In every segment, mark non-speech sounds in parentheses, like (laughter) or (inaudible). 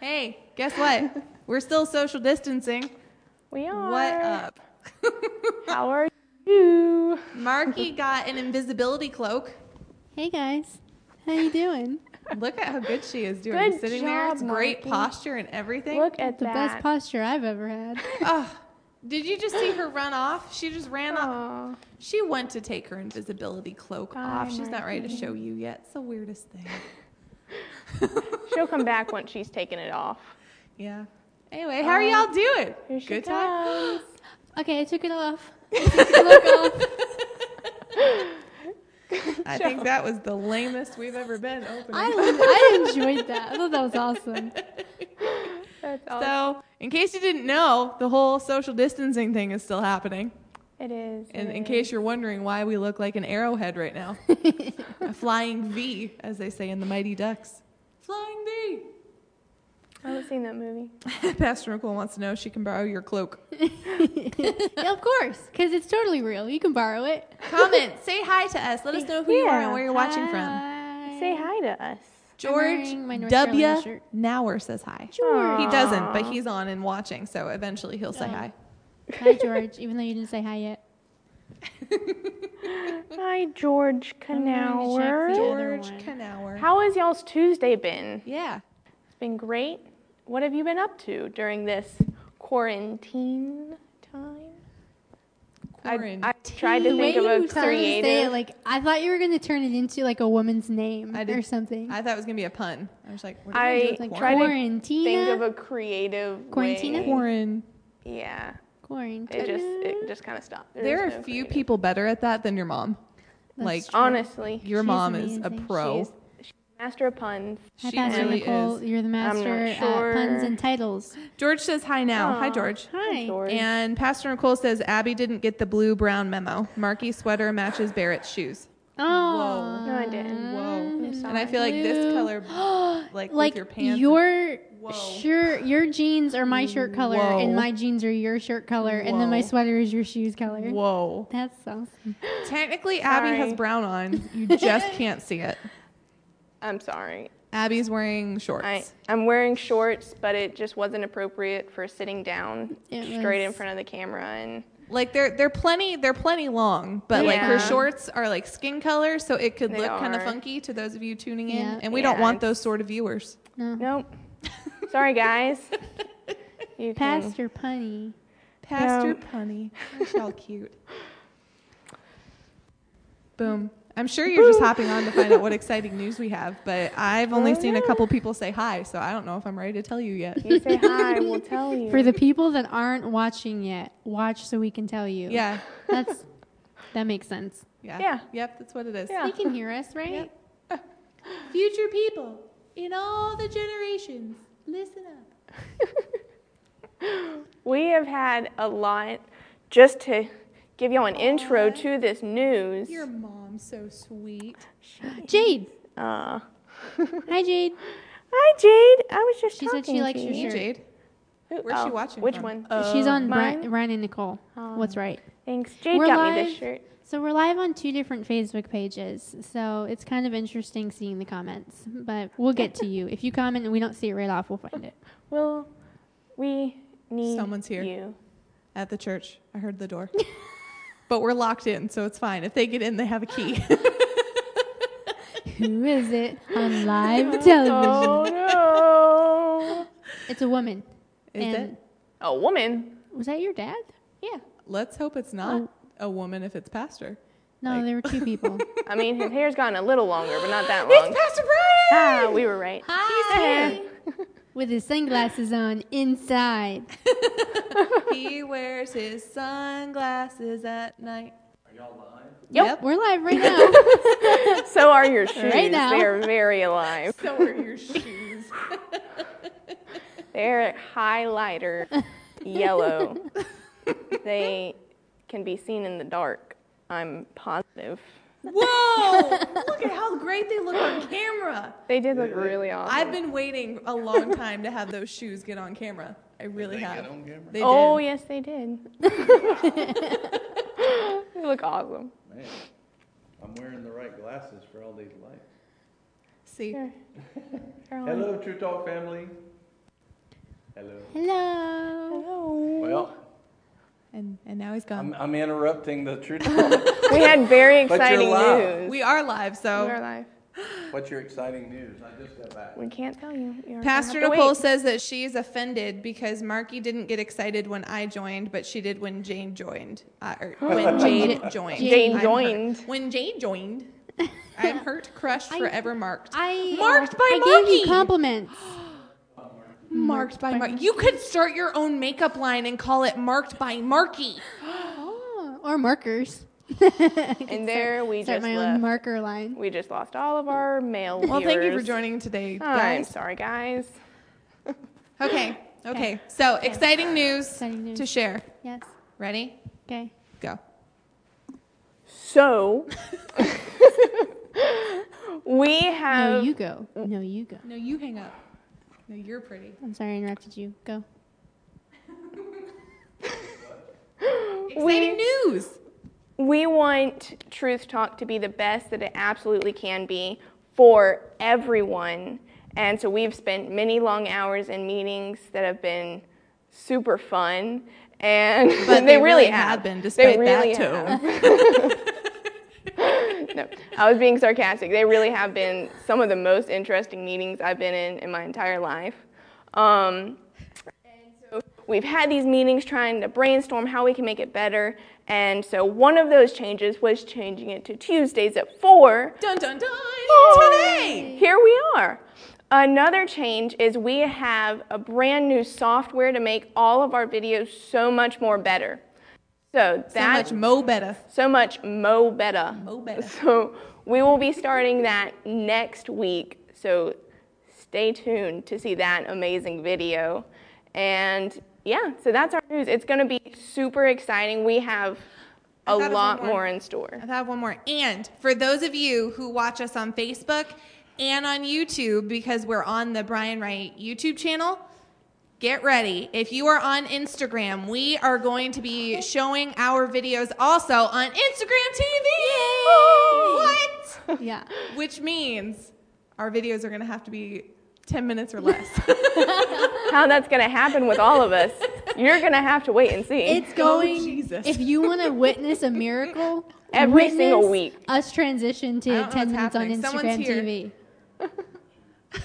Guess what? We're still social distancing. We are. What up? (laughs) How are you? Marky got an invisibility cloak. Hey guys, how you doing? Look at how good she is doing. Good Sitting there, job, it's great Marky. posture and everything. Look at The best that. posture I've (laughs) ever had. Oh, did you just see her run off? She just ran off. Aw. She went to take her invisibility cloak Oh. Bye, off. She's not ready to show you yet. It's the weirdest thing. (laughs) She'll come back once she's taken it off. (laughs) Yeah. Anyway, how are y'all doing? Here she Good time. okay, I took (laughs) it off. I took the look off. I think that was the lamest we've ever been opening. I, I enjoyed that. I thought that (laughs) was awesome. That's all. so, in case you didn't know, the whole social distancing thing is still happening. it is. And it in is. case you're wondering why we look like an arrowhead right (laughs) now, a flying V, as they say in the Mighty Ducks. Flying V. I haven't seen that movie. (laughs) Pastor Nicole wants to know if she can borrow your cloak. yeah, of course, because it's totally real. You can borrow it. Comment, say hi to us. Let us know who you are and Yeah. where you're watching from. Hi. Say hi to us. George wearing my North Carolina W. shirt. Nauer says hi. George. He doesn't, but Aw. he's on and watching, so eventually he'll say Oh. hi. Hi, George. Even though you didn't say hi yet. Hi, George gonna check the Canauer. other- George one. Canauer. How has y'all's Tuesday been? yeah. It's been great. What have you been up to during this quarantine time? I, Quarantine. I (laughs) tried to the way think of you a started to say it, creative. like I thought you were gonna turn it into like a woman's name I did- or something. I thought it was gonna be a pun. I was like, what are I we gonna do like with tried to quarantina. Think of a creative Quarantina? way. Warren? Yeah, quarantine. it just it just kind of stopped. There are was no few creative. people better at that than your mom. like Honestly, your She's mom is a amazing. pro. she's, she's master of puns. Hi, she Pastor really Nicole. is. You're the master sure. at puns and titles. George says hi now. Hi Aw. George. Hi. George. And Pastor Nicole says Abby didn't get the blue brown memo. Marky sweater matches Barrett's shoes. Oh. No, I didn't. Mm, Whoa. And I sorry. feel like this color (gasps) like, Like with your pants. your Whoa. shirt, your jeans are my shirt color, Whoa. and my jeans are your shirt color, and then my Whoa. sweater is your shoes color. Whoa. That's awesome. Technically Abby has Sorry. brown on. You (laughs) just can't see it. I'm sorry. Abby's wearing shorts. I, I'm wearing shorts, but it just wasn't appropriate for sitting down It straight in was- front of the camera. And Like they're they're plenty they're plenty long, but like her Yeah. shorts are like skin color, so it could They look kind of are. funky to those of you tuning in, Yeah. and we don't Yeah, want it's- those sort of viewers. No. nope. Sorry, guys. (laughs) You can- Pastor Punny. Pastor Yeah. Punny, aren't y'all (laughs) cute? Boom. I'm sure you're just hopping on to find out what exciting news we have, but I've only Oh, seen a yeah. couple people say hi, so I don't know if I'm ready to tell you (laughs) yet. You say hi, (laughs) we'll tell you. For the people that aren't watching yet, watch so we can tell you. Yeah, (laughs) That's that makes sense. yeah, Yeah. yep. That's what it is. Yeah. They can hear us, right? (laughs) Yep. Future people in all the generations, listen up. we have had a lot just to give y'all an intro to this news. Your mom's so sweet. Jade. Uh, Hi Jade. hi, Jade. I was just She talking said she likes to your you. shirt. Jade. Who- Where's she oh, watching? Which from? Uh, one? She's on mine? Brian, Ryan and Nicole. What's right? Thanks. Jade We're got me live. this shirt. So we're live on two different Facebook pages. So it's kind of interesting seeing the comments, but we'll get to you. If you comment and we don't see it right off, we'll find it. Well, we need Someone's here. you. (laughs) at the church. I heard the door. (laughs) but we're locked in, so it's fine. If they get in, they have a key. (laughs) Who is it on (laughs) live television? Oh, no. It's a woman. Is and it? A woman. was that your dad? Yeah. Let's hope it's not Oh. a woman if it's pastor. No, Like- there were two people. I mean, his hair's gotten a little longer, but not that (laughs) long. It's Pastor Brian! Ah, we were right. Hi. With his sunglasses on inside. (laughs) he wears his sunglasses at night. Yep. We're live right now. So are (laughs) your shoes. now. They are very alive. So are (laughs) your shoes. They're (laughs) highlighter yellow. They can be seen in the dark. I'm positive. (laughs) Whoa! Look at how great they look on camera. They did look really awesome. I've been waiting a long time to have those shoes get on camera. I really they have. get on camera? They oh, did. yes, they (laughs) did. (laughs) they look awesome. Man, I'm wearing the right glasses for all these lights. See, They're- they're on. Oh, Hello, True Talk family. Hello. Hello. Well, And and now he's I'm, gone. I'm interrupting the (laughs) truth. We had very But you're exciting live. news. we are live, We so are live. What's your exciting news? I just got back. We can't tell you. You're gonna Pastor have to Nicole wait. says that she's offended because Marky didn't get excited when I joined, but she did when Jane joined. Uh, or when Jade joined. Jane I'm hurt. joined. When Jane joined, I'm hurt, crushed, I- forever marked. I Marked by I gave Marky. you compliments. marked by Marky. You could start your own makeup line and call it Marked by Marky. Oh, or markers. (laughs) And there we Start just my left. own marker line. we just lost all of our male Well, thank you for viewers. joining today, I'm guys. sorry, guys. Okay, okay. So exciting news, Exciting news. to share. Yes. Ready? Okay. Go. (laughs) So (laughs) we have No, you go. No, you go. No, you hang up. No, you're pretty. I'm sorry, I interrupted you. (laughs) Go. Exciting news. we want Truth Talk to be the best that it absolutely can be for everyone. And so we've spent many long hours in meetings that have been super fun. And (laughs) But they, they really have have been, They despite that really (laughs) tone. have. no, I was being sarcastic. They really have been some of the most interesting meetings I've been in in my entire life. Um, We've had these meetings trying to brainstorm how we can make it better. And so one of those changes was changing it to Tuesdays at 4. Dun dun dun. Oh. Today. Here we are. Another change is we have a brand new software to make all of our videos so much more better. So So that much Mo better. so much mo better. Mo better. (laughs) So we will be starting that next week. So stay tuned to see that amazing video. And yeah, so that's our news. It's going to be super exciting. We have I a thought of lot one more. more. in store. I have one more. And for those of you who watch us on Facebook and on YouTube, because we're on the Brian Wright YouTube channel, get ready. If you are on Instagram, we are going to (laughs) be showing our videos also on Instagram TV. (laughs) What? Yeah. Which means our videos are going to have to be 10 minutes or less. How that's going to happen with all of (laughs) us, you're going to have to wait and see. It's Oh, going. Jesus. If you want to witness a miracle, Every single witness week. us transition I to don't know ten what's minutes happening. on Someone's Instagram here. TV.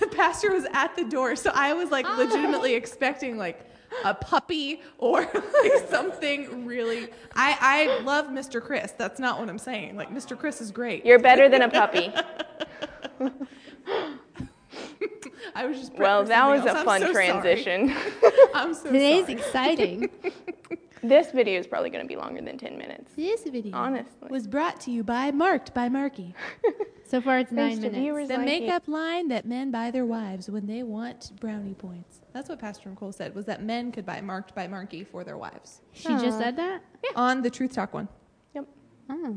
the pastor was at the door, so I was Oh. like legitimately expecting like a puppy or (laughs) like something really. I I love Mr. Chris. That's not what I'm saying. Like Mr. Chris is great. you're better than (laughs) a puppy. I was just prepped Well, for that was something a else. I'm fun so sorry. transition. (laughs) I'm so Today's sorry. exciting. this video is probably going to be longer than 10 minutes. this video. Honestly. was brought to you by Marked by Marky, So far, it's Thanks nine to minutes. viewers like you. line that men buy their wives when they want brownie points. That's what Pastor Nicole said was that men could buy Marked by Marky for their wives She just said that. on the Truth Talk one. Yep. Oh,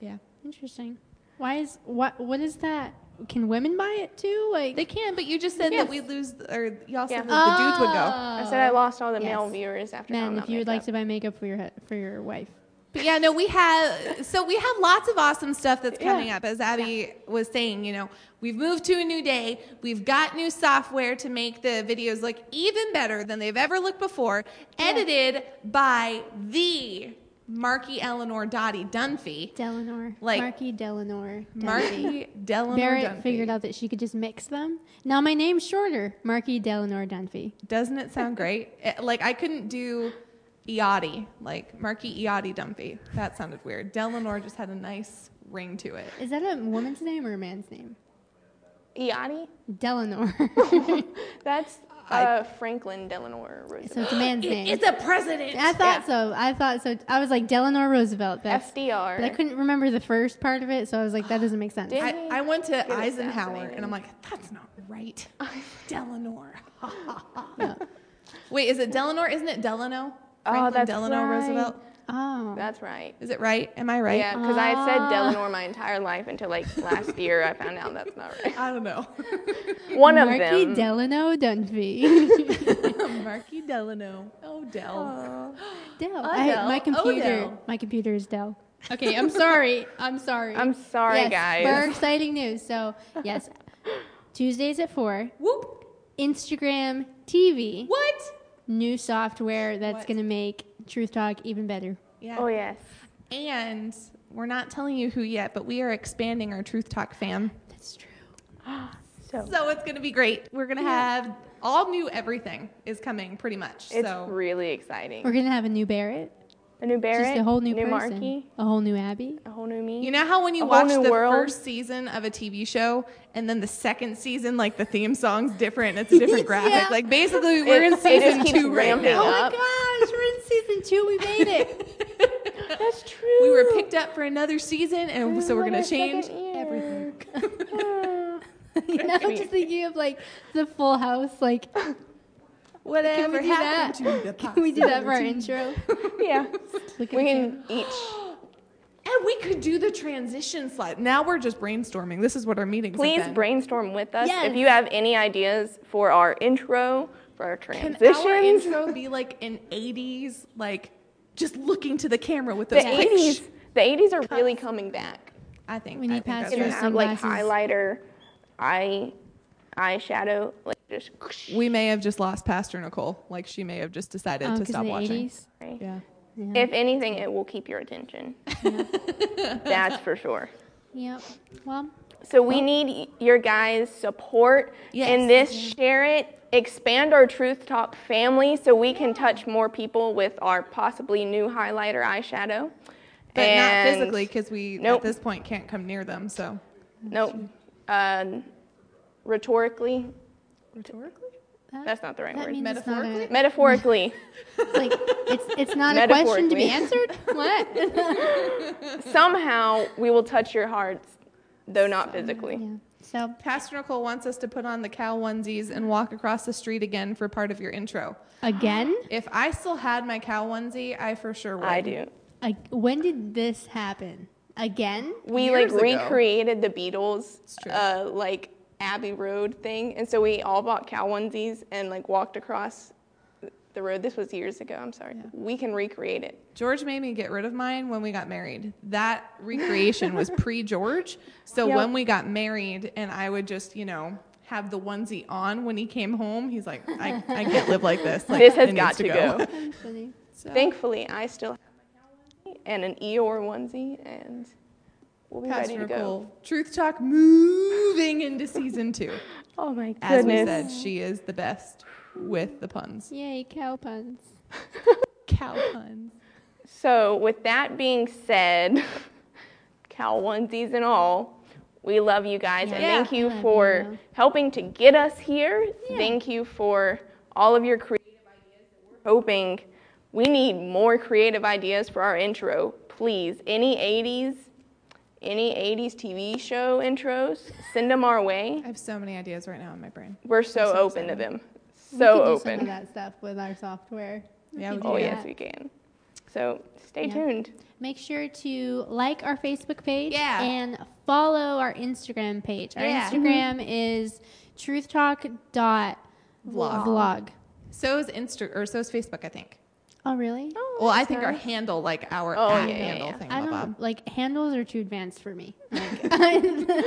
Yeah. interesting. Why is what? What is that? Can women buy it too? Like They can, but you just said Yes. that we lose, or y'all said Yeah. that the dudes would go. Ah. I said I lost all the male Yes. viewers after Man, talking if about you would like makeup. to buy makeup for your hu- for your wife, But yeah, no, we have so we have lots of awesome stuff that's Yeah. coming up. As Abby was saying, you know, we've moved to a new day. We've got new software to make the videos look even better than they've ever looked before. Edited by the Marky Eleanor Dottie Dunphy. Delanor, Like- Marky Delanor, Dunphy. Marky Delanor Barrett Dunphy. figured out that she could just mix them. Now my name's shorter, Marky Delanor Dunphy. Doesn't it sound great? (laughs) It- like I couldn't do Iotti, like Marky Iotti Dunphy. That sounded weird. Delanor just had a nice ring to it. Is that a woman's name or a man's name? Iati? (laughs) Delanor. That's I- uh, Franklin Delano so Roosevelt. it's a man's name. It's a president. I thought so. I thought so. I was like Delanor Roosevelt. That's, FDR. but I couldn't remember the first part of it, so I was like, that doesn't make sense. Did- I, I went to Get Eisenhower assassinated. and I'm like, that's not right. Delanor. No. Wait, is it Delanor? Isn't it Delano? Oh, Franklin that's Delano right. Roosevelt. Oh. That's right. Is it right? Am I right? Yeah, because I had said Ah. Delano my entire life until (laughs) like last year I found out that's not right. I don't know. (laughs) One of Marky them. (laughs) Delano Dunphy. Marky Delano. Oh, Del. Oh, Dell. I, my Adele. computer. Odell. My computer is Dell. Okay, I'm (laughs) sorry. I'm sorry. I'm sorry, yes, guys. (laughs) For exciting news. So yes, Tuesdays at four. Whoop. Instagram TV. What? New software that's What? going to make Truth Talk even better. Yeah. Oh, (gasps) yes. And we're not telling you who yet, but we are expanding our Truth Talk fam. That's true. So, So it's going to be great. We're going to have all new everything is coming pretty much. it's so really exciting. We're going to have a new Barrett. A new Barrett, just a whole new, person. Markey, A whole new Abby. a whole new me. you know how when you A whole watch new the world. first season of a TV show and then the second season, like the theme song's different, it's a (laughs) different graphic. Yeah. Like basically, we're It- in it just season keeps two right ramping now. up. gosh, we're in season two. We made it. That's true. We were picked up for another season, and so we're gonna change everything. (laughs) you know, just thinking of like the full house, like (laughs) Whatever do happened that? (laughs) to the can we do that for our (laughs) intro? (laughs) (laughs) yeah. Look at We you. can each. And we could do the transition slide. Now we're just brainstorming. This is what our meetings. have Please been. brainstorm with us Yes. if you have any ideas for our intro, for our Can transitions. our intro be like an '80s, like just looking to the camera with the those quick sh- 80s, the 80s are really coming back. I think We need I think that's You Your know, right. have like sunglasses. highlighter, eye, eyeshadow, like just. We may have just lost Pastor Nicole. Like she may have just decided Oh, to 'cause stop of the watching. 80s? Yeah. Yeah. If anything, it will keep your attention. That's for sure. Yep. Well, So we need y- your guys' support Yes. in this. Share it. Expand our Truth Talk family so we can touch more people with our possibly new highlighter eyeshadow. But And- not physically, because we Nope. at this point can't come near them. So Nope. Um, rhetorically, rhetorically, that, that's not the right that word. means it's not Metaphorically? (laughs) a- Metaphorically, it's like it's it's not a question to be Metaphorically. answered. (laughs) What? somehow we will touch your hearts, though not physically. yeah. So Pastor Nicole wants us to put on the cow onesies and walk across the street again for part of your intro. again, If I still had my cow onesie, I for sure would. I do. ag- when did this happen? Again? We Years like ago. recreated the Beatles, true. uh, like Abbey Road thing, and so we all bought cow onesies and like walked across the road. This was years ago. I'm sorry. We can recreate it. George made me get rid of mine when we got married. That recreation (laughs) was pre George. So Yep. when we got married, and I would just, you know, have the onesie on when he came home, he's like, I, I can't live like this. Like, This has it needs got (laughs) to go. That's funny. So, Thankfully, I still have a cow onesie and an Eeyore onesie, and we'll be Pastor ready to go. Nicole, Truth Talk moving into season two. Oh my goodness! As we said, she is the best with the puns. Yay, cow puns. Cow puns. So, with that being said, (laughs) cow onesies and all, we love you guys and Yeah. thank you Love for you. helping to get us here. Thank you for all of your creative ideas that we're hoping. We need more creative ideas for our intro, please. Any 80s, any 80s TV show intros, send them our way. I have so many ideas right now in my brain. We're so so, open to excited. them. So we could do some of open. that stuff with our software. Yeah, we could do could Oh, do yes, that. we can. So, stay Yeah. tuned. Make sure to like our Facebook page Yeah. and follow our Instagram page. Our Yeah. Instagram is truthtalk.vlog. Vlog. Vlog. So is Insta or so is Facebook, I think. Oh, really? Well, I think our handle, like our Oh, at yeah, yeah, handle yeah. thing, blah, I don't blah. know. Like, handles are too advanced for (laughs) me. (laughs) Like,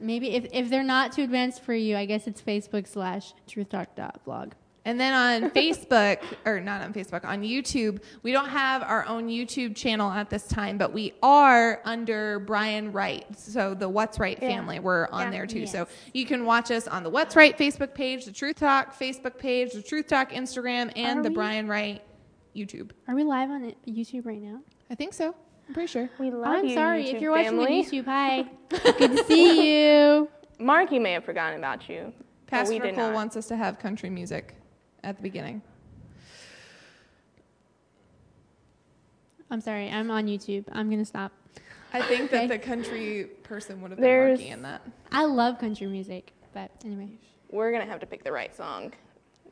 maybe if, if they're not too advanced for you, I guess it's Facebook slash truthtalk.vlog. And then on (laughs) Facebook, or not on Facebook, on YouTube, we don't have our own YouTube channel at this time, but we are under Brian Wright. So the What's Right family, we're on Yeah. there too. Yes. So you can watch us on the What's Right Facebook page, the Truth Talk Facebook page, the Truth Talk Instagram, and Are the we- Brian Wright YouTube. Are we live on it- YouTube right now? I think so. I'm pretty sure. We love I'm you, sorry if YouTube you're family. watching on YouTube. (laughs) Hi. Good to see you. Mark, you may have forgotten about you. but Pastor we did Nicole not. wants us to have country music at the beginning. I'm sorry. I'm on YouTube. I'm going to stop. I think that Okay. the country person would have been There's- Marky in that. I love country music, but anyway. We're gonna have to pick the right song.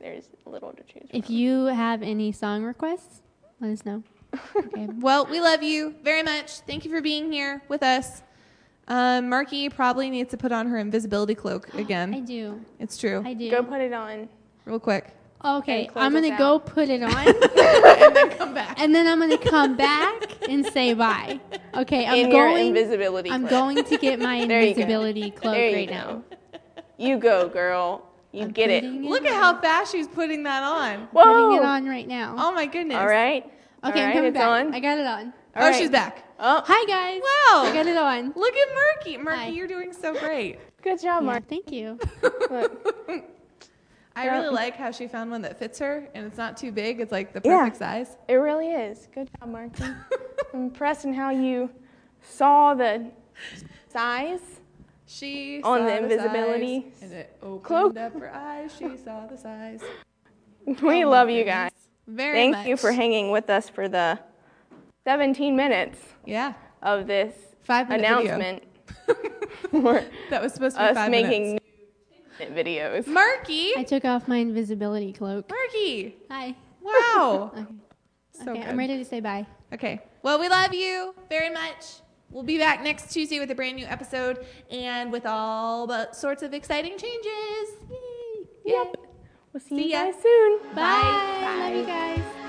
There's little to choose. If you have any song requests, let us know. Okay. Well, we love you very much. Thank you for being here with us. Um, Marky probably needs to put on her invisibility (gasps) cloak I again. do. It's true. I do. Go put it on. Real quick. okay, and close I'm going us to go out. put (laughs) it on. and then come back. And then I'm going to come back and say bye. Okay, I'm in your going invisibility. I'm clip. going to get (laughs) my There you go. invisibility cloak There (laughs) you right go. now. You go, girl. You get it. Putting Look at how fast she's putting that on. Putting it Whoa! on right now. Oh my goodness. All right. okay, All I'm right, coming it's back. on. I got it on. Oh, All right. she's back. Oh, Hi guys. Wow. I got it on. Look at Murky. Murky, Hi. you're doing so great. (laughs) good job, Yeah, (laughs) Mark. thank you. I Yeah. really like how she found one that fits her and it's not too big. It's like the Yeah. perfect size. (laughs) It really is. Good job, Marky. I'm impressed in how you saw the size. (laughs) She On saw the size, invisibility and it opened cloak. up her eyes. She saw the (laughs) size. Oh We love you guys. Very Thank much. you for hanging with us for the 17 minutes Yeah. of this Five minute video. (laughs) announcement for That was supposed to be us five making minutes. new videos. Murky. I took off my invisibility cloak. Murky. Hi. (laughs) Wow. Okay. so okay, good. I'm ready to say bye. Okay. Well, we love you very much. We'll be back next Tuesday with a brand new episode and with all but sorts of exciting changes. Yay. Yep. We'll see, See you ya. guys soon. Bye. Love you guys.